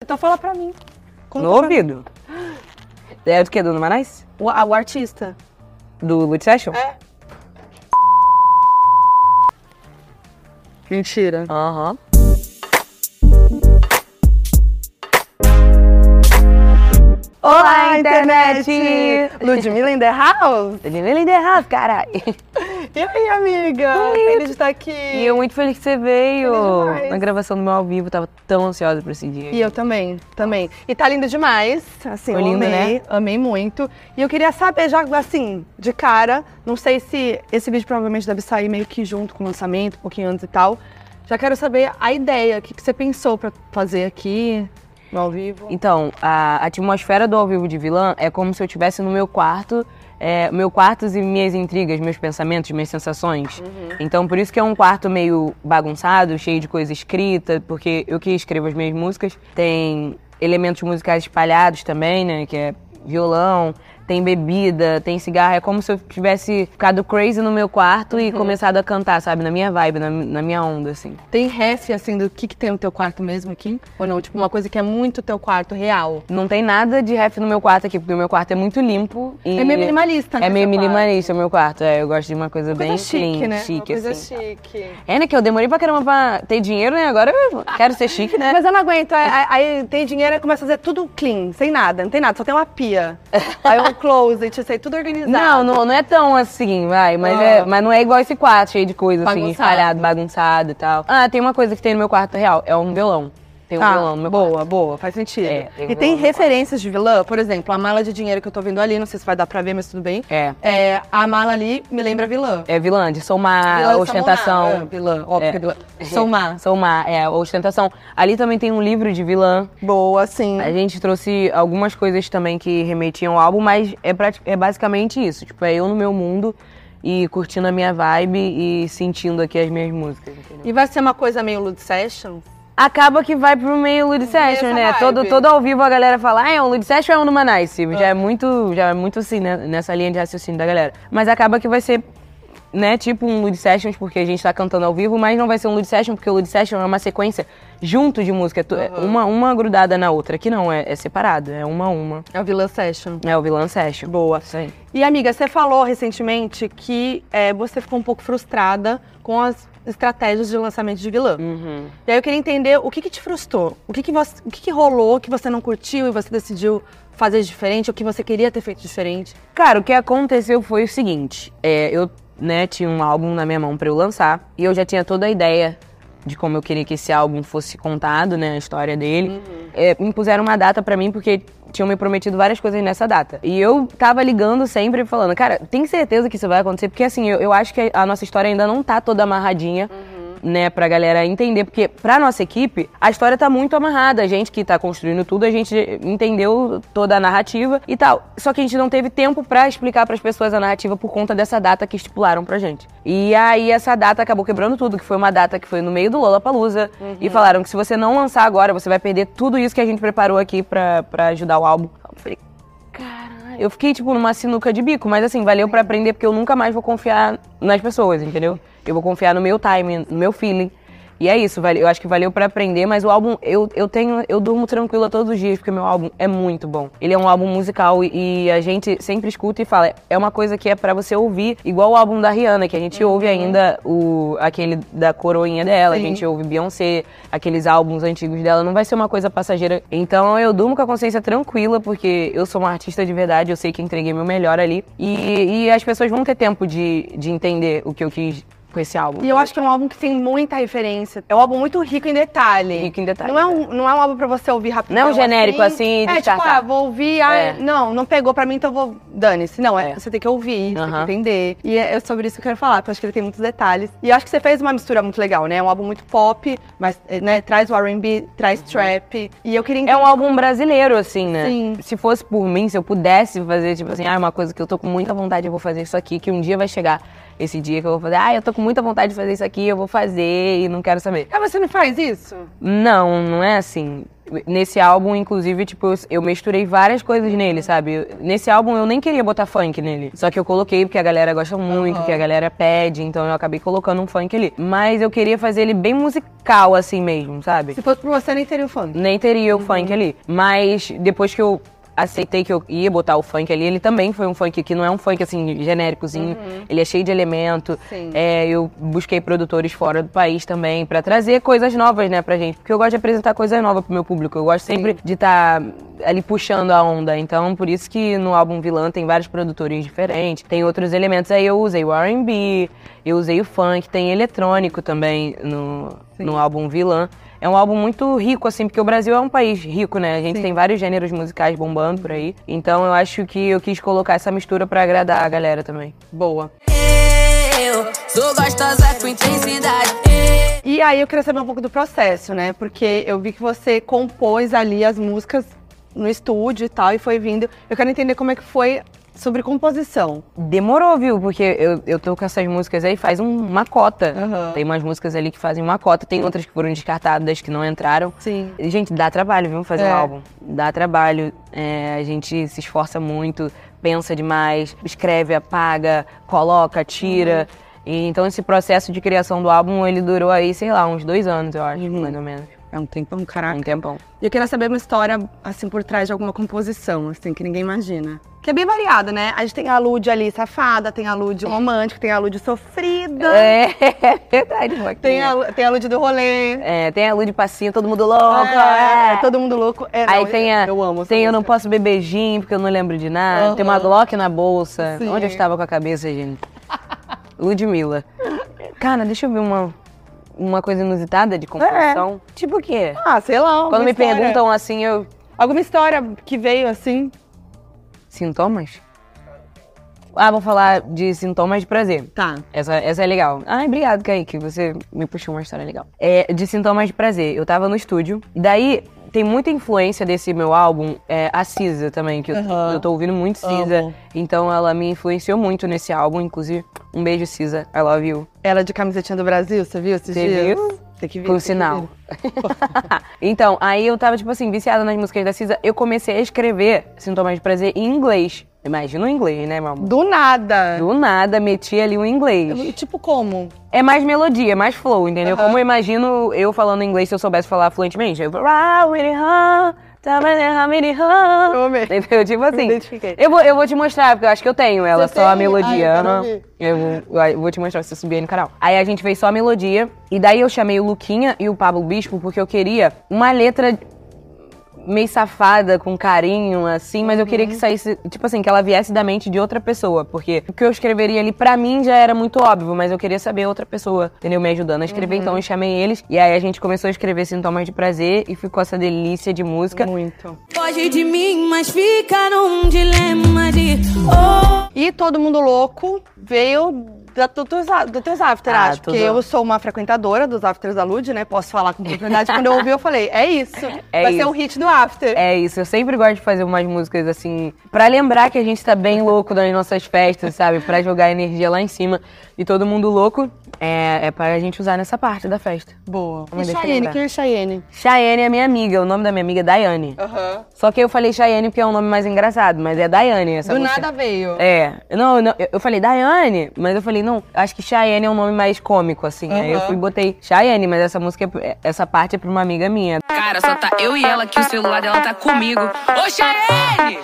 Então fala pra mim. Como no que fala? ouvido. É do que? Do Numanais? O, a- o artista. Do Good Session? É. Mentira. Aham. Olá, internet! Ludmilla in the house! Lili Derraz, cara! E aí, amiga? Oi. Feliz de estar aqui. E eu muito feliz que você veio. Feliz demais. Na gravação do meu ao vivo, eu tava tão ansiosa pra esse dia. E eu também, também. E tá lindo demais. Assim, eu Foi lindo, amei, amei muito. E eu queria saber, já assim, de cara, não sei se esse vídeo provavelmente deve sair meio que junto com o lançamento, um pouquinho antes e tal. Já quero saber a ideia, o que, que você pensou pra fazer aqui, no ao vivo. Então, a atmosfera do ao vivo de vilã é como se eu estivesse no meu quarto, é, meu quarto e minhas intrigas, meus pensamentos, minhas sensações. Uhum. Então, por isso que é um quarto meio bagunçado, cheio de coisa escrita, porque eu que escrevo as minhas músicas. Tem elementos musicais espalhados também, né? Que é violão, tem bebida, tem cigarro. É como se eu tivesse ficado crazy no meu quarto e Uhum. começado a cantar, sabe? Na minha vibe, na, na minha onda, assim. Tem ref, assim, do que, que tem no teu quarto mesmo aqui? Ou não? Tipo, uma coisa que é muito teu quarto real. Não tem nada de rap no meu quarto aqui, porque o meu quarto é muito limpo. e- É meio minimalista, né? É meio seu quarto? minimalista o meu quarto. É, eu gosto de uma coisa, Uma coisa bem chique, clean, né? chique, uma coisa assim. chique. É, né, que eu demorei pra caramba pra ter dinheiro, né? Agora eu quero ser chique, né? Mas eu não aguento. Aí, aí- aí tem dinheiro e começa a fazer tudo clean, sem nada, não tem nada, só tem uma pia. Aí um closet, isso aí, tudo organizado. Não, não, não é tão assim, vai. Mas, é, Ah. mas não é igual esse quarto, cheio de coisa, Bagunçado. assim, espalhado, bagunçado e tal. Ah, tem uma coisa que tem no meu quarto real. É um violão. Tem um Tá, violão no meu boa, boa, faz sentido. É, tem um e tem vilão no referências de vilã, por exemplo, a mala de dinheiro que eu tô vendo ali, não sei se vai dar pra ver, mas tudo bem. quarto. É. É, a mala ali me lembra vilã. É vilã, de somar, Vilã de ostentação. Samoná. É, vilã, óbvio É. que é vilã. Sou má. Somar, é, ostentação. Ali também tem um livro de vilã. Boa, sim. A gente trouxe algumas coisas também que remetiam ao álbum, mas é, prati- é basicamente isso. Tipo, é eu no meu mundo e curtindo a minha vibe e sentindo aqui as minhas músicas, entendeu? E vai ser uma coisa meio Lud Session? Acaba que vai pro meio Lud Session, Nessa né? vibe. Todo, todo ao vivo a galera fala, ah, é um Lud Session ou é um Numa Nice? Já é muito, já é muito assim, né? nessa linha de raciocínio da galera. Mas acaba que vai ser, né, tipo um Lud Sessions, porque a gente tá cantando ao vivo, mas não vai ser um Lud Session, porque o Lud Session é uma sequência junto de música, é tu- é uma, uma grudada na outra. Aqui não, é, é separado, é uma a uma. É o vilã Session. É o vilã Session. Boa. Isso aí. E amiga, você falou recentemente que é, você ficou um pouco frustrada com as estratégias de lançamento de vilã. E aí eu queria entender o que, que te frustrou, o que que, você- o que que rolou que você não curtiu e você decidiu fazer diferente, o que você queria ter feito diferente. Cara, o que aconteceu foi o seguinte: é, eu né, tinha um álbum na minha mão pra eu lançar e eu já tinha toda a ideia de como eu queria que esse álbum fosse contado, né, a história dele. É, impuseram uma data pra mim porque tinham me prometido várias coisas nessa data. E eu tava ligando sempre e falando, cara, tem certeza que isso vai acontecer? Porque assim, eu, eu acho que a nossa história ainda não tá toda amarradinha né, pra galera entender, porque pra nossa equipe, a história tá muito amarrada, a gente que tá construindo tudo, a gente entendeu toda a narrativa e tal. Só que a gente não teve tempo pra explicar pras pessoas a narrativa por conta dessa data que estipularam pra gente. E aí essa data acabou quebrando tudo, que foi uma data que foi no meio do Lollapalooza e falaram que se você não lançar agora, você vai perder tudo isso que a gente preparou aqui pra pra ajudar o álbum. Eu falei, caralho. Eu fiquei, tipo, numa sinuca de bico, mas assim, valeu pra aprender, porque eu nunca mais vou confiar nas pessoas, entendeu? Eu vou confiar no meu timing, no meu feeling. E é isso, vale- eu acho que valeu pra aprender, mas o álbum, eu, eu tenho, eu durmo tranquila todos os dias, porque meu álbum é muito bom. Ele é um álbum musical e, e a gente sempre escuta e fala, é uma coisa que é pra você ouvir, igual o álbum da Rihanna, que a gente ouve ainda o, aquele da coroinha dela, a Uhum. Sim. gente ouve Beyoncé, aqueles álbuns antigos dela, não vai ser uma coisa passageira. Então eu durmo com a consciência tranquila, porque eu sou uma artista de verdade, eu sei que entreguei meu melhor ali. E, e as pessoas vão ter tempo de, de entender o que eu quis com esse álbum. E eu acho que é um álbum que tem muita referência. É um álbum muito rico em detalhe. Rico em detalhe. Não é um, não é um álbum pra você ouvir rapidinho. Não é um genérico, assim, É tipo, descartar. ah, vou ouvir, ah, É. não, não pegou pra mim, então vou. Dane-se. Não, é, É. você tem que ouvir, você tem que Aham. entender. E é é sobre isso que eu quero falar, porque eu acho que ele tem muitos detalhes. E eu acho que você fez uma mistura muito legal, né? É um álbum muito pop, mas eh, né, traz o RB, traz trap. E eu queria Uhum. É um álbum brasileiro, assim, né? Sim. Se fosse por mim, se eu pudesse fazer, tipo assim, ah, uma coisa que eu tô com muita vontade, eu vou fazer isso aqui, que um dia vai chegar esse dia que eu vou fazer, ah, eu tô com muita vontade de fazer isso aqui, eu vou fazer e não quero saber. Ah, mas você não faz isso? Não, não é assim. Nesse álbum, inclusive, tipo, eu- eu misturei várias coisas nele, sabe? Eu- Nesse álbum eu nem queria botar funk nele. Só que eu coloquei porque a galera gosta muito, porque a galera pede, então eu acabei colocando um funk ali. Mas eu queria fazer ele bem musical, assim mesmo, sabe? Se fosse pra você, nem teria o funk. Nem teria o funk ali. Mas depois que eu aceitei que eu ia botar o funk ali, ele também foi um funk que não é um funk assim, genéricozinho. Ele é cheio de elemento. Sim. É, eu busquei produtores fora do país também pra trazer coisas novas, né, pra gente. Porque eu gosto de apresentar coisa nova pro meu público. Eu gosto sempre de estar ali puxando a onda. Então, por isso que no álbum Vilã tem vários produtores diferentes, tem outros elementos. Aí eu usei o R&B, eu usei o funk, tem eletrônico também no, no álbum Vilã. É um álbum muito rico, assim, porque o Brasil é um país rico, né? A gente tem vários gêneros musicais bombando por aí. Então eu acho que eu quis colocar essa mistura pra agradar a galera também. Boa. Eu sou gostosa com intensidade. Eu E aí eu queria saber um pouco do processo, né? Porque eu vi que você compôs ali as músicas no estúdio e tal, e foi vindo. Eu quero entender como é que foi sobre composição. Demorou, viu? Porque eu, eu tô com essas músicas aí, faz um- uma cota. Aham. Tem umas músicas ali que fazem uma cota, tem outras que foram descartadas, que não entraram. Sim. E, Gente, dá trabalho, viu? Fazer É. um álbum. Dá trabalho. É, a gente se esforça muito, pensa demais, escreve, apaga, coloca, tira. E, então esse processo de criação do álbum, ele durou aí, sei lá, uns dois anos, eu acho, mais ou menos. É um tempão, Um caraca. tempão. E eu queria saber uma história, assim, por trás de alguma composição, assim, que ninguém imagina. Que é bem variada, né? A gente tem a Lud ali safada, tem a Lud romântica, tem a Lud sofrida, É, verdade, Joaquim. Ah. tem, a, tem a Lud do rolê. É, tem a Lud Passinho, todo mundo louco. É, é. Todo mundo louco. É, Aí não, tem a. Eu amo. essa Tem Eu Não música. Posso Beber Gin, porque eu não lembro de nada. Aham. Tem uma Glock na bolsa. Sim. Onde eu estava com a cabeça, gente? Ludmilla. Cara, deixa eu ver uma, uma coisa inusitada de É, composição. Tipo o quê? Ah, sei lá. alguma Quando me história. perguntam assim, eu. Alguma história que veio assim. Sintomas? Ah, vou falar de sintomas de prazer. Tá. Essa, essa é legal. Ai, obrigado, Kaique. Você me puxou uma história legal. É, de sintomas de prazer. Eu tava no estúdio. Daí tem muita influência desse meu álbum, é, a Cisa também, que eu, Aham. eu tô ouvindo muito Cisa. Amo. Então ela me influenciou muito nesse álbum, inclusive. Um beijo, Cisa. I love you. Ela de camisetinha do Brasil, você viu esses Você dias? viu? Tem que ver. Por tem que sinal. ver. então, aí eu tava, tipo assim, viciada nas músicas da Cisa. Eu comecei a escrever sintomas de prazer em inglês. Imagina o inglês, né, meu amor? Do nada. Do nada, meti ali o inglês. Eu- Tipo como? É mais melodia, é mais flow, entendeu? Como eu imagino eu falando inglês se eu soubesse falar fluentemente. Eu vou. Eu amei. Entendeu? Tipo Me assim. identifiquei. Eu vou, eu vou te mostrar, porque eu acho que eu tenho ela, Você só a tem? Ai, eu melodia. quero Ana. ouvir. eu, vou, eu vou te mostrar se você subir aí no canal. Aí a gente fez só a melodia, e daí eu chamei o Luquinha e o Pablo Bispo, porque eu queria uma letra meio safada, com carinho, assim, mas eu queria que saísse, tipo assim, que ela viesse da mente de outra pessoa, porque o que eu escreveria ali pra mim já era muito óbvio, mas eu queria saber outra pessoa, entendeu? Me ajudando a escrever, então eu chamei eles, e aí a gente começou a escrever Sintomas de Prazer, e ficou essa delícia de música. Uhum. Muito. foge de mim, mas fica num dilema de oh. E Todo Mundo Louco veio da, do, dos, a- do teus after, Ah, acho. tudo. Porque eu sou uma frequentadora dos afters da Lud, né? Posso falar com propriedade. Quando eu ouvi, eu falei, é isso. É Vai ser isso. o hit do after. É isso, eu sempre gosto de fazer umas músicas assim, pra lembrar que a gente tá bem louco nas nossas festas, sabe? Pra jogar energia lá em cima. E todo mundo louco é, é pra gente usar nessa parte da festa. Boa. E Mas deixa eu Cheyenne, lembrar. quem é Cheyenne? Cheyenne é minha amiga, o nome da minha amiga é Daiane. Aham. Só que eu falei Cheyenne porque é um nome mais engraçado, mas é Daiane essa Do música. nada veio. É, não, não, eu- eu falei Daiane, mas eu falei, não, acho que Cheyenne é um nome mais cômico, assim. Aí eu Aham. fui e botei Cheyenne, mas essa música, é p- essa parte é pra uma amiga minha. Cara, só tá eu e ela que o celular dela tá comigo. Ô, Cheyenne!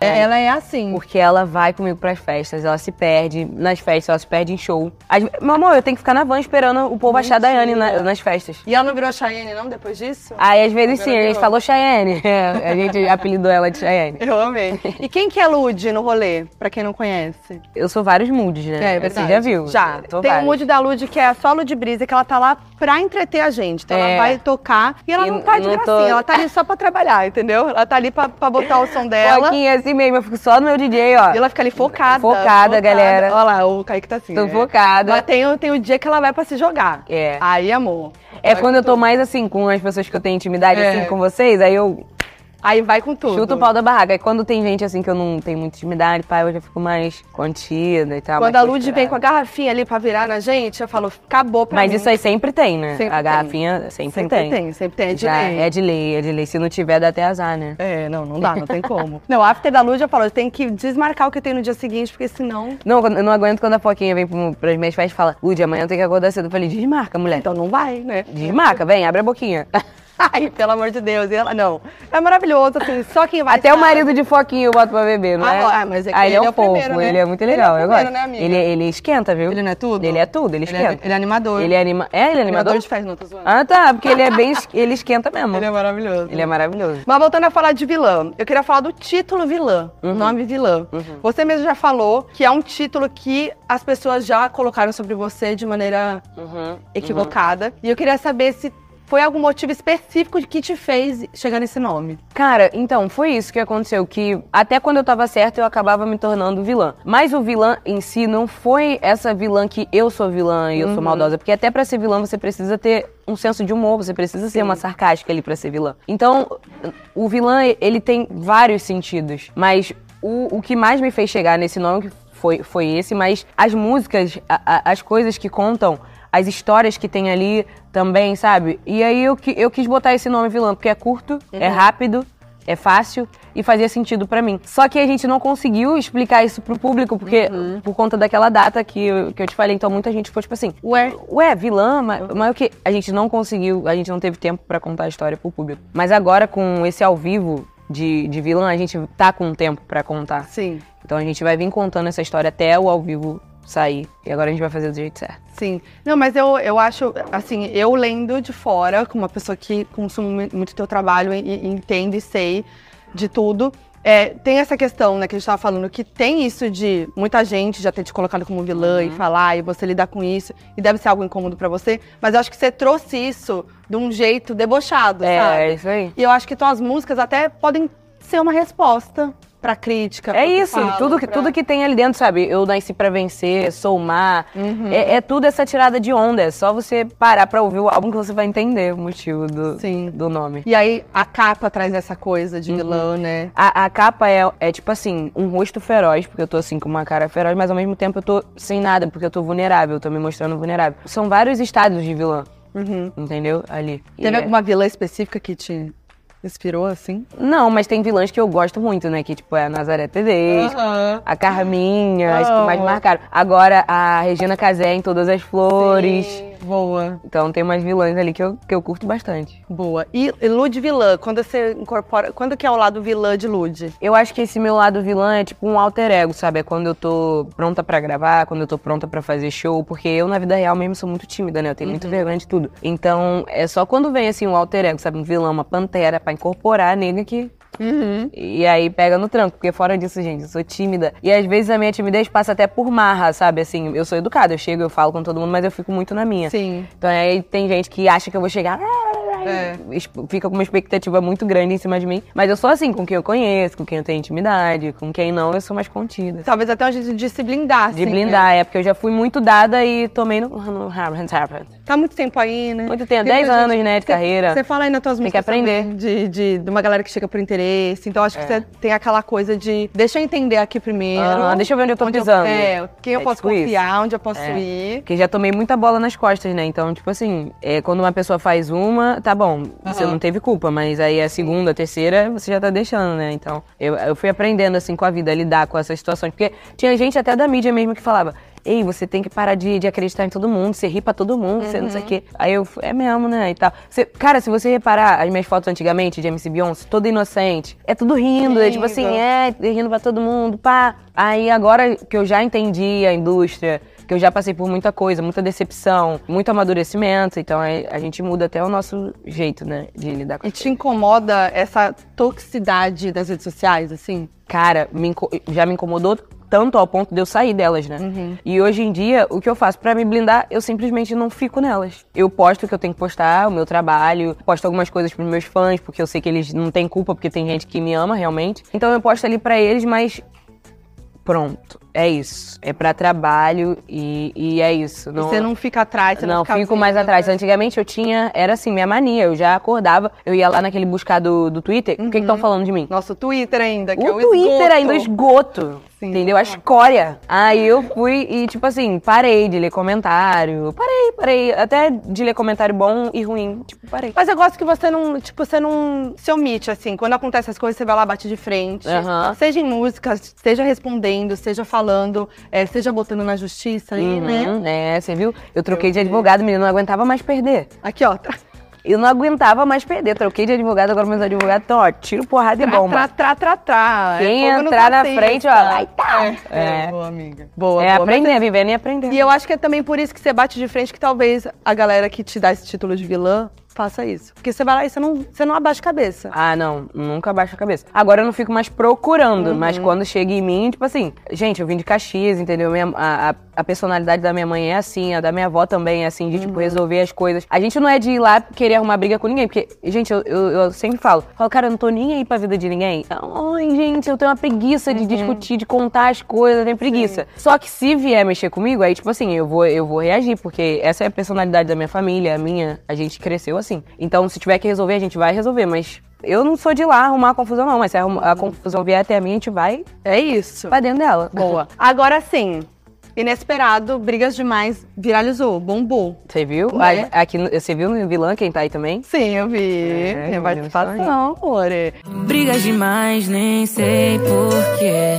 É, Ela é assim. Porque ela vai comigo pras festas, ela se perde. Nas festas, ela se perde em show. Às ve- Meu amor, eu tenho que ficar na van esperando o povo achar a Daiane na- nas festas. E ela não virou a Cheyenne, não, depois disso? Aí às vezes sim, a gente Maravilhoso. falou Cheyenne. É, a gente apelidou ela de Cheyenne. Eu amei. E quem que é Lud no rolê, pra quem não conhece? Eu sou vários moods, né? Você já viu? É, né? Já. Tô Tem o vários. mood da Lud, que é só Lud Brisa, que ela tá lá pra entreter a gente. Então ela É. vai tocar e ela E não tá de não gracinha, tô- ela tá ali só pra trabalhar, entendeu? Ela tá ali pra, pra botar o som dela Foquinha assim mesmo, eu fico só no meu DJ, ó. e ela fica ali focada. Focada, galera. Olha lá, o Kaique tá assim. Tô né? focada. Mas tem, o- tem o dia que ela vai pra se jogar. É. Aí, amor. É quando eu tô mais assim com as pessoas que eu tenho intimidade, É. assim, com vocês, aí eu Aí vai com tudo. Chuta o pau da barraca. E quando tem gente assim que eu não tenho muita intimidade, pai, eu já fico mais contida e tal. Quando a mais Lud vem com a garrafinha ali pra virar na gente, eu falo, acabou pra Mas mim. isso aí sempre tem, né? Sempre a tem. garrafinha sempre, sempre tem. sempre tem, é de Já lei. É de lei, é de lei. Se não tiver, dá até azar, né? É, não, não dá, não tem como. não, after da Lud, eu falo, tem que desmarcar o que tem no dia seguinte, porque senão... Não, quando- eu não aguento quando a Foquinha vem pro- pras minhas festas e fala, Lud, amanhã eu tenho que acordar cedo. Eu falei, desmarca, mulher. Então não vai, né? Desmarca, vem, abre a boquinha. Ai, pelo amor de Deus. E ela, não. É maravilhoso, assim, só quem vai... Até o sabe. marido de Foquinha eu boto pra beber, não é? Ah, ah, mas é que ah, ele, ele é, é o um fofo, primeiro, né? ele é muito Ele é o legal, eu primeiro, gosto. né, amiga? ele, ele esquenta, viu? Ele não é tudo? Ele é tudo, Ele ele esquenta. é, ele é animador. Ele é anima... É, ele é animador? de festa, não tô zoando. Ah, tá, porque ele é bem... es- ele esquenta mesmo. Ele é maravilhoso. Ele é maravilhoso. Mas voltando a falar de vilã, eu queria falar do título vilã, o nome vilã. Você mesmo já falou que é um título que as pessoas já colocaram sobre você de maneira equivocada. E eu queria saber se foi algum motivo específico que te fez chegar nesse nome. Cara, então, foi isso que aconteceu, que até quando eu tava certa, eu acabava me tornando vilã. Mas o vilã em si não foi essa vilã que eu sou vilã e eu sou maldosa, porque até pra ser vilã você precisa ter um senso de humor, você precisa ser uma sarcástica ali pra ser vilã. Então, o vilã, ele tem vários sentidos, mas o, o que mais me fez chegar nesse nome que foi, foi esse, mas as músicas, a- a- as coisas que contam as histórias que tem ali também, sabe? E aí eu, qui- eu quis botar esse nome vilã, porque é curto, é rápido, é fácil e fazia sentido pra mim. Só que a gente não conseguiu explicar isso pro público, porque por conta daquela data que, eu- que eu te falei, então muita gente ficou tipo assim, ué, ué, vilã, mas, mas o que? A gente não conseguiu, a gente não teve tempo pra contar a história pro público. Mas agora com esse ao vivo de, de vilã, a gente tá com tempo pra contar. Sim, Então a gente vai vir contando essa história até o ao vivo sair. E agora a gente vai fazer do jeito certo. sim. Não, mas eu, eu acho, assim, eu lendo de fora, como uma pessoa que consome muito teu trabalho e, e entende e sei de tudo. é, tem essa questão, né, que a gente tava falando, que tem isso de muita gente já ter te colocado como vilã e falar, e você lidar com isso, e deve ser algo incômodo pra você, mas eu acho que você trouxe isso de um jeito debochado, É, sabe? é isso aí. E eu acho que tuas músicas até podem ser uma resposta pra crítica. É pro que isso, falam, tudo, que, pra- tudo que tem ali dentro, sabe? Eu nasci pra vencer, sou má. Uhum. É, é tudo essa tirada de onda. É só você parar pra ouvir o álbum que você vai entender o motivo do, Sim. do nome. E aí a capa traz essa coisa de vilã, né? A, a capa é, é tipo assim, um rosto feroz, porque eu tô assim com uma cara feroz, mas ao mesmo tempo eu tô sem nada, porque eu tô vulnerável, eu tô me mostrando vulnerável. São vários estados de vilã, entendeu? Ali. Uhum. E Teve é- alguma vilã específica que te inspirou, assim? Não, mas tem vilãs que eu gosto muito, né? Que tipo é a Nazaré Tedesco, A Carminha, as que mais Amo. marcaram. Agora a Regina Casé em Todas as Flores. Boa. Então tem umas vilãs ali que eu, que eu curto bastante. Boa. E e Lud vilã, quando você incorpora. Quando que é o lado vilã de Lud? Eu acho que esse meu lado vilã é tipo um alter ego, sabe? É quando eu tô pronta pra gravar, quando eu tô pronta pra fazer show, porque eu na vida real mesmo sou muito tímida, né? Eu tenho Uhum. muito vergonha de tudo. Então é só quando vem assim um alter ego, sabe? Um vilão, uma pantera pra incorporar a nega que Uhum. E aí pega no tranco, porque fora disso, gente, eu sou tímida. E às vezes a minha timidez passa até por marra, sabe? Assim, eu sou educada, eu chego, eu falo com todo mundo, mas eu fico muito na minha. Sim. Então aí tem gente que acha que eu vou chegar. É. es- Fica com uma expectativa muito grande em cima de mim. Mas eu sou assim, com quem eu conheço, com quem eu tenho intimidade, com quem não, eu sou mais contida. Talvez até um jeito de se blindar, assim. De blindar, é, porque eu já fui muito dada e tomei no. no- Muito né? Tá muito tempo aí, né? tempo, 10 muita anos, gente- né, de Cê- carreira. Você fala aí nas tuas Tem que músicas aprender. É. também De, de, de uma galera que chega por interesse. Então acho que você tem aquela coisa de. Deixa eu entender aqui primeiro. Aham, deixa eu ver onde eu tô onde pisando. é, quem eu É posso tipo isso. confiar, onde eu posso É. ir. Porque já tomei muita bola nas costas, né? Então, tipo assim, é, quando uma pessoa faz uma, tá bom, você não teve culpa, mas aí a segunda, a terceira, você já tá deixando, né? Então, eu, eu fui aprendendo, assim, com a vida, a lidar com essas situações. Porque tinha gente até da mídia mesmo que falava. Ei, você tem que parar de, de acreditar em todo mundo, você ri pra todo mundo, você não sei o quê. Aí eu, fu- é mesmo, né? E tal. Você- cara, se você reparar as minhas fotos antigamente de MC Beyoncé, toda inocente, é tudo rindo, é tipo assim, Rindo. é, rindo pra todo mundo, pá. Aí agora que eu já entendi a indústria, que eu já passei por muita coisa, muita decepção, muito amadurecimento, então aí a gente muda até o nosso jeito, né, de lidar com E as te incomoda essa toxicidade das redes sociais, assim? cara, me inco- já me incomodou tanto ao ponto de eu sair delas, né? Uhum. E hoje em dia, o que eu faço pra me blindar, eu simplesmente não fico nelas. Eu posto o que eu tenho que postar, o meu trabalho, posto algumas coisas pros meus fãs, porque eu sei que eles não têm culpa, porque tem gente que me ama realmente. Então eu posto ali pra eles, mas pronto. é isso. É pra trabalho e, e é isso. E você não fica atrás, você não, Não, fica né? fico mais vendo. atrás. Antigamente eu tinha, era assim, minha mania. Eu já acordava, eu ia lá naquele buscar do, do Twitter. O que estão Uhum. falando de mim? Nossa, o Twitter ainda, que o é o Twitter esgoto. ainda, o esgoto. Sim. entendeu? A escória. Aí eu fui e, tipo assim, parei de ler comentário. Parei, parei. Até de ler comentário bom e ruim. Tipo, parei. Mas eu gosto que você não, tipo, você não se omite, assim. Quando acontecem as coisas, você vai lá, bate de frente. Aham. Seja em música, seja respondendo, seja falando, eh, seja botando na justiça aí, né? Uhum, é, você viu? Eu troquei de advogado, menino, não aguentava mais perder. Aqui, ó. Tra, Eu não aguentava mais perder. Troquei de advogado, agora meus advogados estão, ó, tiro, porrada e tra, tra, bomba. tra, tra, tra. É Quem fogo no entrar na capeta. frente, ó, vai tá. É, É. boa, amiga. Boa, É boa. aprender, vivendo e aprender. E eu acho que é também por isso que você bate de frente que talvez a galera que te dá esse título de vilã faça isso. Porque você vai lá e você não, você não abaixa a cabeça. Ah, não, nunca abaixo a cabeça. Agora eu não fico mais procurando, mas quando chega em mim, tipo assim, gente, eu vim de Caxias, entendeu? Minha- a, a- a personalidade da minha mãe é assim, a da minha avó também é assim, de tipo, resolver as coisas. A gente não é de ir lá querer arrumar briga com ninguém, porque, gente, eu, eu- eu sempre falo, falo, cara, eu não tô nem aí pra vida de ninguém. Então, Ai, gente, eu tenho uma preguiça de discutir, de contar as coisas, eu tenho preguiça. Só que se vier mexer comigo, aí, tipo assim, eu vou, eu vou reagir, porque essa é a personalidade da minha família, a minha, a gente cresceu assim. Então, se tiver que resolver, a gente vai resolver, mas. Eu não sou de lá arrumar a confusão, não, mas se a, arrum- a confusão vier até a mim, a gente vai É isso. pra dentro dela. Boa. Agora sim. Inesperado, brigas demais, viralizou, bombou. Você viu? Né? A- Aqui, no- você viu no vilã quem tá aí também? Sim, eu vi. É, Minha eu vi participação, amore. Brigas demais, nem sei porquê.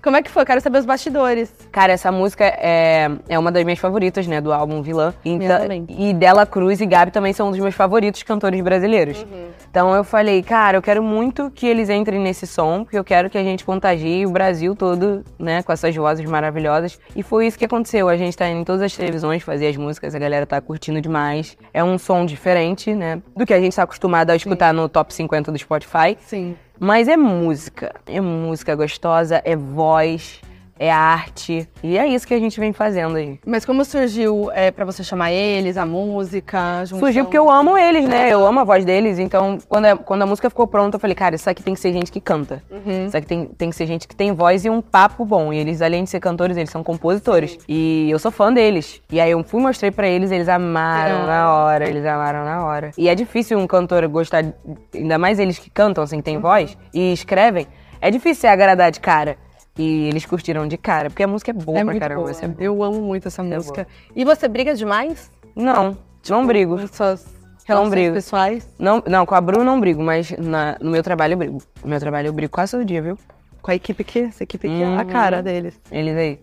Como é que foi? Quero saber os bastidores. Cara, essa música é, é uma das minhas favoritas, né? Do álbum Vilã. Então, também. e Dela Cruz e Gabi também são um dos meus favoritos cantores brasileiros. Então eu falei, cara, eu quero muito que eles entrem nesse som, porque eu quero que a gente contagie o Brasil todo, né? Com essas vozes maravilhosas. E foi isso que aconteceu. A gente tá indo em todas as televisões fazer as músicas, a galera tá curtindo demais. É um som diferente, né? Do que a gente tá acostumado a escutar no top 50 do Spotify. Sim. Mas é música. É música gostosa, é voz, é arte. E é isso que a gente vem fazendo aí. Mas como surgiu é, para você chamar eles, a música? a junção? Surgiu porque eu amo eles, né? Eu amo a voz deles. Então, quando a, quando a música ficou pronta, eu falei, cara, isso aqui tem que ser gente que canta. Uhum. Isso aqui tem, tem que ser gente que tem voz e um papo bom. E eles, além de ser cantores, eles são compositores. E eu sou fã deles. E aí eu fui mostrei pra eles, eles amaram Sim. na hora. Eles amaram na hora. E é difícil um cantor gostar, de- ainda mais eles que cantam, assim, que Uhum. tem voz e escrevem. É difícil você agradar de cara. E eles curtiram de cara, porque a música é boa É pra muito caramba. boa. você é- Eu amo muito essa música. E você briga demais? Não, não é um brigo. Com suas relações brigo. pessoais? Não, não, com a Bruna eu não brigo, mas na- no meu trabalho eu brigo. No meu trabalho eu brigo quase todo dia, viu? Com a equipe que? Essa equipe aqui, é a cara deles. Eles aí.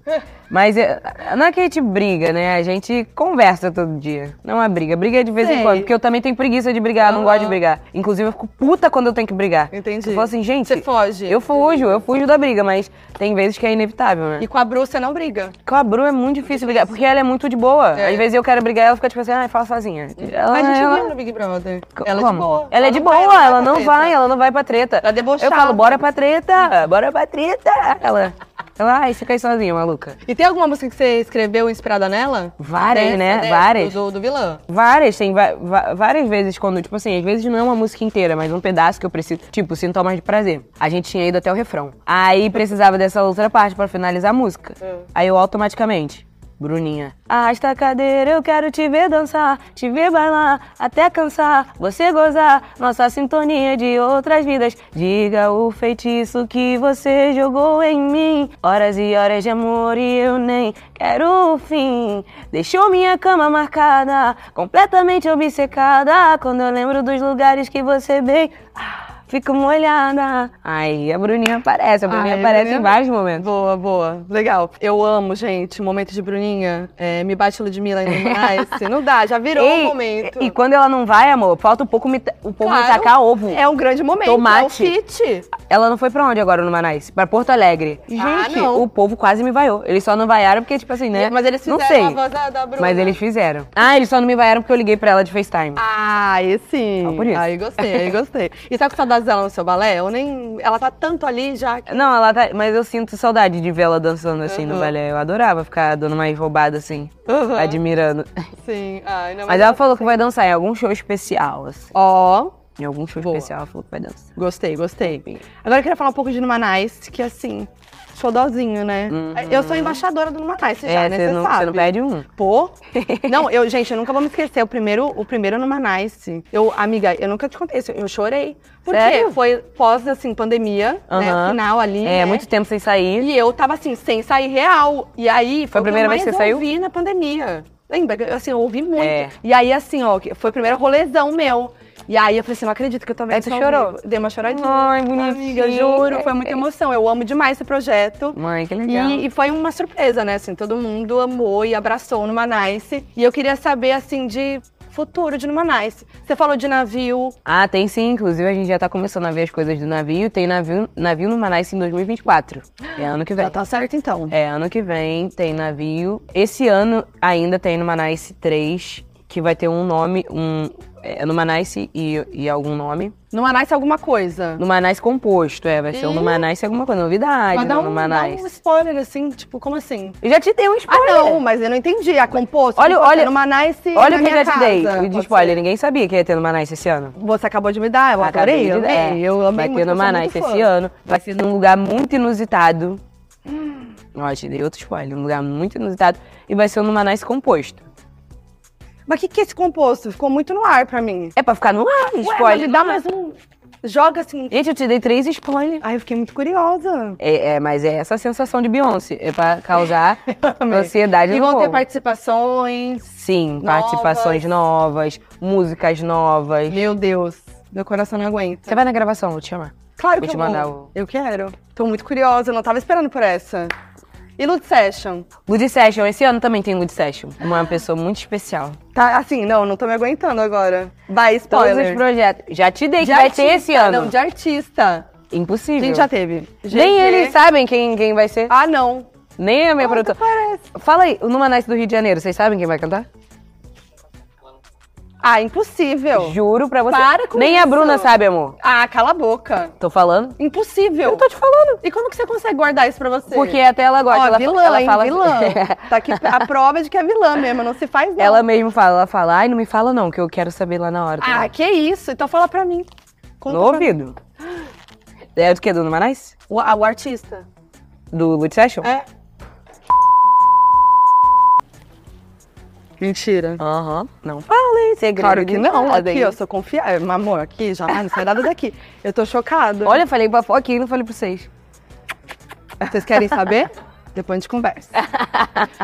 Mas é, não é que a gente briga, né? A gente conversa todo dia. Não é briga. Briga é de vez Sei. em quando, porque eu também tenho preguiça de brigar, eu não gosto de brigar. Inclusive eu fico puta quando eu tenho que brigar. Entendi. Eu falo assim, gente. Você foge. Eu fujo, eu fujo da briga, mas tem vezes que é inevitável, né? E com a Bru, você não briga? Com a Bru é muito difícil brigar, porque ela é muito de boa. É. Às vezes eu quero brigar e ela fica tipo assim, ai, fala sozinha. Ela, é, a gente Ah, ela- viu no Big Brother. Co- Ela é de como? boa. Ela é de boa, ela não vai, ela não vai pra treta. Tá debochada. Eu falo, bora pra treta, bora pra treta. Ela, ela ai, fica aí sozinha, maluca. E tem alguma música que você escreveu inspirada nela? Várias, Dessa, né? dessa, Várias. Do, do vilã. Várias, tem va- va- várias vezes quando, tipo assim, às vezes não é uma música inteira, mas um pedaço que eu preciso, tipo, sintomas de prazer. A gente tinha ido até o refrão. Aí precisava dessa outra parte pra finalizar a música. Aí eu automaticamente, Bruninha, arrasta a cadeira, eu quero te ver dançar, te ver bailar, até cansar, você gozar, nossa sintonia de outras vidas. Diga o feitiço que você jogou em mim, horas e horas de amor e eu nem quero o fim. Deixou minha cama marcada, completamente obcecada, quando eu lembro dos lugares que você bem... ah, Fico molhada. Aí a Bruninha aparece, a Bruninha Ai, aparece Bruninha. em vários momentos. Boa, boa. Legal. Eu amo, gente, momento de Bruninha. É, me bate Ludmilla ainda mais. Não dá, já virou um e, momento. E quando ela não vai, amor, falta um pouco me, ta- um pouco me Claro, tacar ovo. É um grande momento. É um Tomate. fit. Ela não foi pra onde agora no Manaus? Pra Porto Alegre. Ah, Gente, não. o povo quase me vaiou. Eles só não vaiaram porque, tipo assim, né? Mas eles fizeram não sei. a voz da- da Bruna. Mas eles fizeram. Ah, eles só não me vaiaram porque eu liguei pra ela de FaceTime. Ah, e sim. Só por isso. Aí gostei, aí gostei. E tá com saudades dela no seu balé? Eu nem. Ela tá tanto ali já. que- Não, ela tá. Mas eu sinto saudade de ver ela dançando assim no Uhum. balé. Eu adorava ficar dando uma roubada assim, Uhum. admirando. Sim. Ai, não, Mas ela falou que vai dançar em algum show especial, assim. Ó, Em algum show Boa. especial, ela falou que vai dançar. Gostei, gostei. Agora eu queria falar um pouco de Numa Nice, que assim, xodózinho, né? Eu sou embaixadora do Numa Nice já, Uhum. é, né? você Você não, sabe. você não perde um. Pô. Não, eu, gente, eu nunca vou me esquecer. O primeiro, o primeiro numa Nice. Eu, amiga, eu nunca te contei isso. Eu chorei. Porque Sério? foi pós, assim, pandemia, né? Aham. Final ali. É, né? muito tempo sem sair. E eu tava assim, sem sair real. E aí foi, Foi a o primeira que eu vez que mais você saiu? ouvi na pandemia. Lembra? Eu, Assim, eu ouvi muito. É. E aí, assim, ó, que foi o primeiro rolezão meu. E aí eu falei assim, não acredito que eu também. Aí tu chorou? É. Dei uma choradinha. Ai, bonitinho. Amiga, juro, foi muita emoção. Eu amo demais esse projeto. Mãe, que legal. E, e foi uma surpresa, né? Assim, todo mundo amou e abraçou numa Nice. E eu queria saber, assim, de futuro de numa Nice. Você falou de navio. Ah, tem sim. Inclusive, a gente já tá começando a ver as coisas do navio. Tem navio, navio no Manaus em 2024. É ano que vem. Já tá certo, então. É, ano que vem tem navio. Esse ano ainda tem no Manaus 3, que vai ter um nome, um. É, no Manaus e, e algum nome. Numa Nice é alguma coisa. No Manaus composto, é. Vai ser um no Manaus alguma coisa, novidade. Mas dá né, no um, dá Manaus. um spoiler, assim, tipo, como assim? Eu já te dei um Ah, spoiler. não, mas eu não entendi. A composto. Olha- composto, olha- é Numa Nice. Olha na o que eu minha já te casa. dei Pode de spoiler. ser. Ninguém sabia que ia ter no Manaus esse ano. Você acabou de me dar, eu adorei. Eu Acabei de- amei, é, eu amei Vai muito, ter no eu sou Manaus muito fã. esse ano. Vai ser num lugar muito inusitado. Ó, te dei outro spoiler. Um lugar muito inusitado. E vai ser no Manaus composto. Mas o que, que é esse composto? Ficou muito no ar pra mim. É pra ficar no ar, Ué, mas me spoiler. dá mais um. Joga assim. Gente, eu te dei três spoilers. Ai, eu fiquei muito curiosa. É, é, mas é essa sensação de Beyoncé. É pra causar Amei. ansiedade E no vão ter povo. participações. Sim, novas. participações novas, músicas novas. Meu Deus, meu coração não aguenta. Você vai na gravação, vou te chamar. Claro Vou que te eu vou. mandar o- Eu quero. Tô muito curiosa, eu não tava esperando por essa. E Lud Session? Good Session, esse ano também tem Good Session. Uma pessoa muito especial. Tá, assim, não, não tô me aguentando agora. Vai, Todos os spoiler. projetos. Já te dei que vai ter esse ano. Não, de artista. Impossível. A gente já é. teve. Nem GG. eles sabem quem, quem vai ser. Ah, não. Nem a minha Quanto produtora. parece? Fala aí, o Numa Nice do Rio de Janeiro, vocês sabem quem vai cantar? Ah, impossível. Juro pra você. Para com Nem a isso. Bruna sabe, amor. Ah, cala a boca. Tô falando? Impossível. Eu tô te falando. E como que você consegue guardar isso pra você? Porque até ela gosta. Ó, ela, vilã, ela hein? fala assim. vilã. tá aqui a prova de que é vilã mesmo, não se faz não. ela mesmo fala, ela fala, ai, não me fala não, que eu quero saber lá na hora. Ah, que isso? Então fala pra mim. Conta no pra mim. ouvido. É do que? Do Numa Nice? O, ah, o artista. Do Good Session? É. Mentira. Aham. Não fala, hein? Segredo. Claro que de não. nada, Aqui, hein? eu sou confiável. Amor, aqui, já ah, não sai nada daqui. Eu tô chocada. Olha, eu falei pra foca e não falei pra vocês. Vocês querem saber? Depois a gente conversa.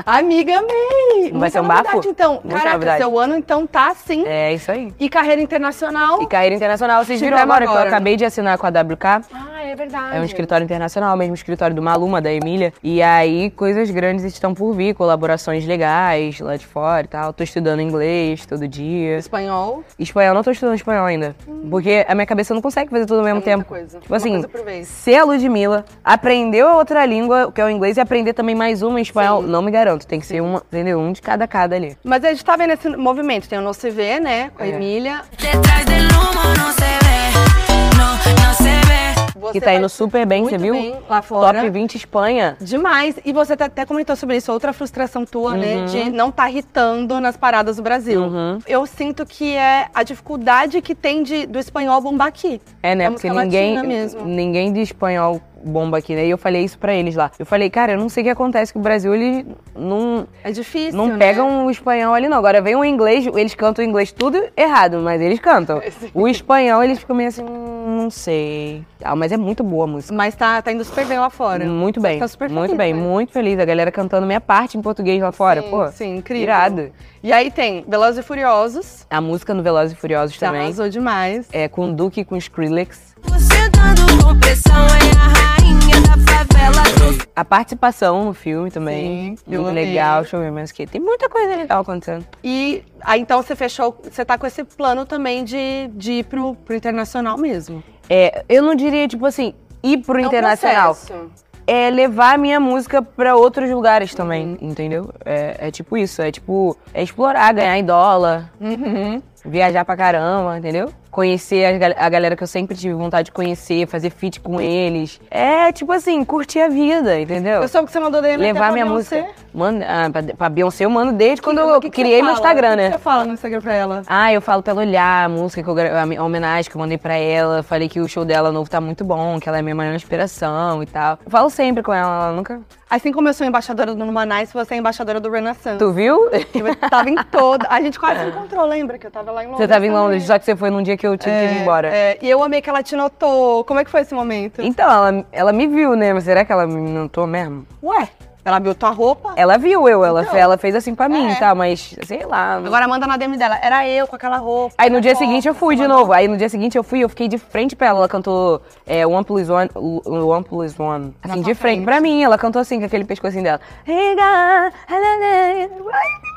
Amiga, amei! Muita ser um novidade, bafo? então. Muita Caraca, novidade. seu ano então tá assim. É isso aí. E carreira internacional. E carreira internacional, vocês viram Tivemos agora, que agora. eu acabei de assinar com a WK. Ah, é verdade. É um escritório internacional, mesmo escritório do Maluma, da Emília. E aí, coisas grandes estão por vir, colaborações legais lá de fora e tal. Tô estudando inglês todo dia. Espanhol. Espanhol, não tô estudando espanhol ainda. Porque a minha cabeça não consegue fazer tudo ao É mesmo muita tempo. coisa. Tipo Uma assim, coisa por vez. ser a Ludmilla, aprender a outra língua, que é o inglês, e aprender também mais uma em espanhol, não me garanto. Tem que ser uma, entendeu? Um de cada cada ali. Mas a gente tá vendo esse movimento. Tem o No Se Vê, né? Com a É. Emília. Detrás del humo no se ve, no, no se ve. Você que tá indo vai- super bem, muito você viu? bem lá fora. Top 20 Espanha. Demais. E você tá- até comentou sobre isso, outra frustração tua, né? De não estar tá irritando nas paradas do Brasil. Uhum. Eu sinto que é a dificuldade que tem de, do espanhol bombar aqui. É, né? Da Porque música ninguém, latina mesmo. ninguém de espanhol bomba aqui, né? E eu falei isso pra eles lá. Eu falei, cara, eu não sei o que acontece, que o Brasil, ele não, É difícil. não né? pega um espanhol ali, não. Agora vem o inglês, eles cantam o inglês tudo errado, mas eles cantam. O espanhol, eles ficam meio assim, "Hum, não sei. Ah, mas é muito boa a música. Mas tá, tá indo super bem lá fora. Muito bem, tá super muito feliz, bem, né? muito feliz. A galera cantando minha parte em português lá fora, sim, pô. sim, incrível. Irado. E aí tem Velozes e Furiosos. A música no Velozes e Furiosos Já também. arrasou demais. É com o Duke e com o Skrillex. Sentando com pressão é a rainha da favela do A participação no filme também. Sim, eu muito amei. legal, deixa eu ver mais o que. Tem muita coisa legal acontecendo. E aí então você fechou, você tá com esse plano também de, de ir pro, pro internacional mesmo. É, eu não diria, tipo assim, ir pro É um internacional. processo. É levar a minha música pra outros lugares também, Uhum. entendeu? É, é tipo isso, é tipo, é explorar, ganhar em dólar, Uhum. viajar pra caramba, entendeu? conhecer as gal- a galera que eu sempre tive vontade de conhecer, fazer feat com eles. É, tipo assim, curtir a vida, entendeu? Eu soube que você mandou DM até Levar pra minha Beyoncé. música. Manda, ah, pra, pra Beyoncé eu mando desde quando Mas eu o que que criei você meu fala? Instagram, O que né? que Você fala no Instagram pra ela. Ah, eu falo pra ela olhar a música, que eu, gra- a mi- a homenagem que eu mandei pra ela. Falei que o show dela novo tá muito bom, que ela é minha maior inspiração e tal. Eu falo sempre com ela, ela nunca. Assim como eu sou embaixadora do Numanice, você é embaixadora do Renaissance. Tu viu? Eu tava em toda. A gente quase se encontrou, lembra? Que eu tava lá em Londres. Você tava em também. Londres, só que você foi num dia que eu tive que ir embora. É, e eu amei que ela te notou. Como é que foi esse momento? Então, ela, ela me viu, né? Mas será que ela me notou mesmo? Ué, ela viu tua roupa? Ela viu eu, ela, fe- ela fez assim pra mim, Então. É. tá? Mas sei lá. Agora manda na DM dela. Era eu com aquela roupa. Aí no era dia foto, seguinte eu fui de mandou- novo. Aí no dia seguinte eu fui, eu fiquei de frente pra ela. Ela cantou é, One Plus One, o- o One Plus One. Na Assim, tua de frente frente. pra mim. Ela cantou assim, com aquele pescocinho dela. Hey, God, I love you.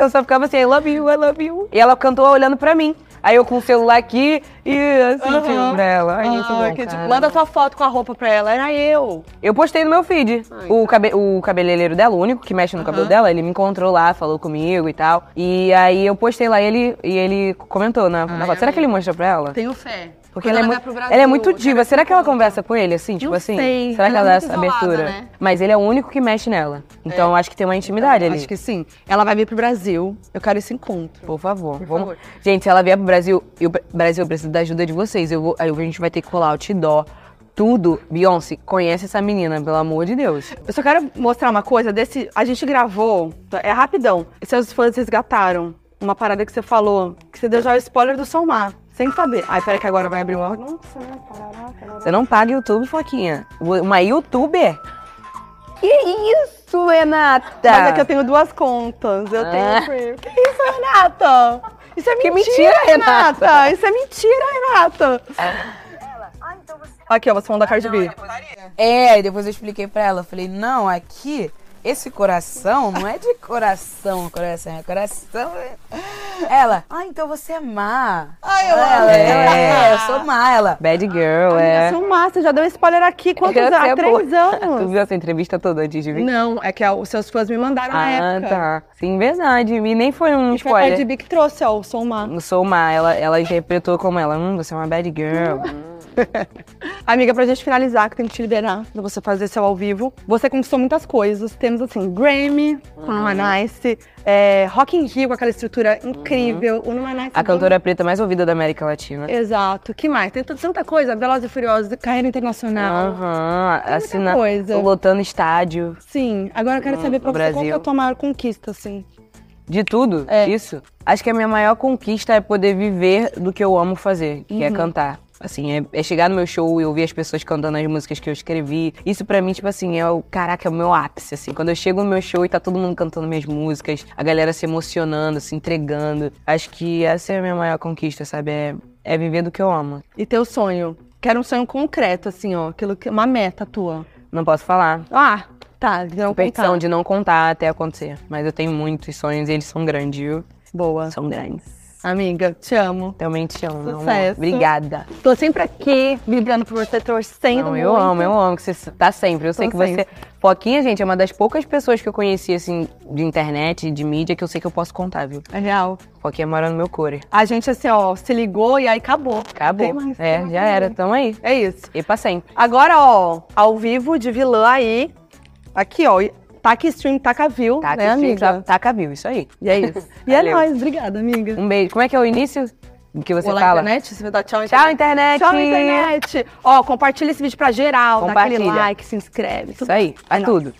Eu só ficava assim, I love you, I love you. E ela cantou olhando pra mim. Aí eu com o celular aqui e assim, Aham. tipo, pra ela. Ai, muito Ah, bom, que tipo, cara. manda tua foto com a roupa pra ela. Era eu. Eu postei no meu feed. o, cabe o cabeleireiro dela, o único que mexe no cabelo dela, ele me encontrou lá, falou comigo e tal. E aí eu postei lá e ele, e ele comentou na, na foto. Será que ele mostrou pra ela? Tenho fé. Porque ela é, muito, ela é muito diva. Será que ela conversa com ele, assim? Tipo assim? sei. Será que Ela ela é dá muito essa isolada, abertura? né? É. Mas ele é o único que mexe nela. Então acho que tem uma intimidade ali. Acho que sim. Ela vai vir pro Brasil. Eu quero esse encontro. Por favor, vamos. favor. Gente, se ela vier pro Brasil, eu, Brasil, eu preciso da ajuda de vocês. Eu vou, aí a gente vai ter que colar outdoor, tudo. Beyoncé, conhece essa menina, pelo amor de Deus. Eu só quero mostrar uma coisa desse. A gente gravou, é rapidão. Seus fãs resgataram uma parada que você falou, que você deu já o spoiler do Somar, sem saber. Ai, peraí que agora vai abrir o áudio. Nossa, né? Caraca. Você não paga YouTube, Foquinha. Uma youtuber? Ah, tá. Que isso, Renata? Mas é que eu tenho duas contas. Eu Ah. tenho free. Que é isso, Renata? Isso é Que mentira, mentira, Renata. Isso é mentira, Renata. Aqui, ó, você falando da Cardi B. É, e depois eu expliquei pra ela. eu Falei, não, aqui, esse coração não é de coração, coração, é coração. Ela, ah, então você é má. Ai, eu ela, amo. ela, é, eu sou má, ela. Bad girl, É. é. Somar, você já deu spoiler aqui. Quantos Eu anos? Há sei, três pô. Tu anos. viu essa entrevista toda antes de vir? Não, é que ah, os seus fãs me mandaram na ah, época. tá. Sim, verdade. E nem foi um Foi a Cardi spoiler. B que trouxe, ó, o Somar. Não sou má, ela, ela interpretou como ela. Hum, você é uma bad girl. Amiga, pra gente finalizar, que tem que te liberar pra você fazer seu ao vivo. Você conquistou muitas coisas. Temos, assim, Grammy, com o Uhum. Numa Nice, é, Rock in Rio, com aquela estrutura incrível. O Numa Nice... é A cantora preta mais ouvida da América Latina. Exato. que mais? Tem t- tanta coisa. Velozes e Furiosos, carreira internacional. Uhum. Aham, muita assina coisa. lotando estádio. Sim. Agora eu quero saber pra no você, qual que é a Uhum. Brasil. tua maior conquista, assim? De tudo, É. isso. Acho que a minha maior conquista é poder viver do que eu amo fazer, que Uhum. é cantar. Assim, é, é chegar no meu show e ouvir as pessoas cantando as músicas que eu escrevi. Isso pra mim, tipo assim, é o caraca, é o meu ápice, assim. Quando eu chego no meu show e tá todo mundo cantando minhas músicas, a galera se emocionando, se entregando. Acho que essa é a minha maior conquista, sabe? É, é viver do que eu amo. E teu sonho? Quero um sonho concreto, assim, ó. Aquilo que... Uma meta tua. Não posso falar. Ah, tá. Não Perdição contar. de não contar até acontecer. Mas eu tenho muitos sonhos e eles são grandes, viu? Boa. São grandes. Então, Amiga, te amo. Também te amo. meu amor. Sucesso. Obrigada. Tô sempre aqui, vibrando por você, torcendo Não, muito. eu amo, eu amo que você tá sempre. Eu sei Tô que você. Foquinha, gente, é uma das poucas pessoas que eu conheci, assim, de internet, de mídia, que eu sei que eu posso contar, viu? É real. Foquinha mora no meu core. A gente, assim, ó, se ligou e aí acabou. Acabou. Tem mais, tem é, mais já ninguém. era. Tamo aí. É isso. E pra sempre. Agora, ó, ao vivo de vilã aí. Aqui, ó. Taca stream, taca view, Taca, né, stream, amiga? tá- taca viu, isso aí. E é isso. E é Valeu. nóis. Obrigada, amiga. Um beijo. Como é que é o início que você Olá, fala? internet. Você vai dar tchau, Tchau, internet! Tchau, internet. Ó, compartilha esse vídeo pra geral. Dá aquele Compartilha. like, se inscreve. Isso aí. Faz tudo.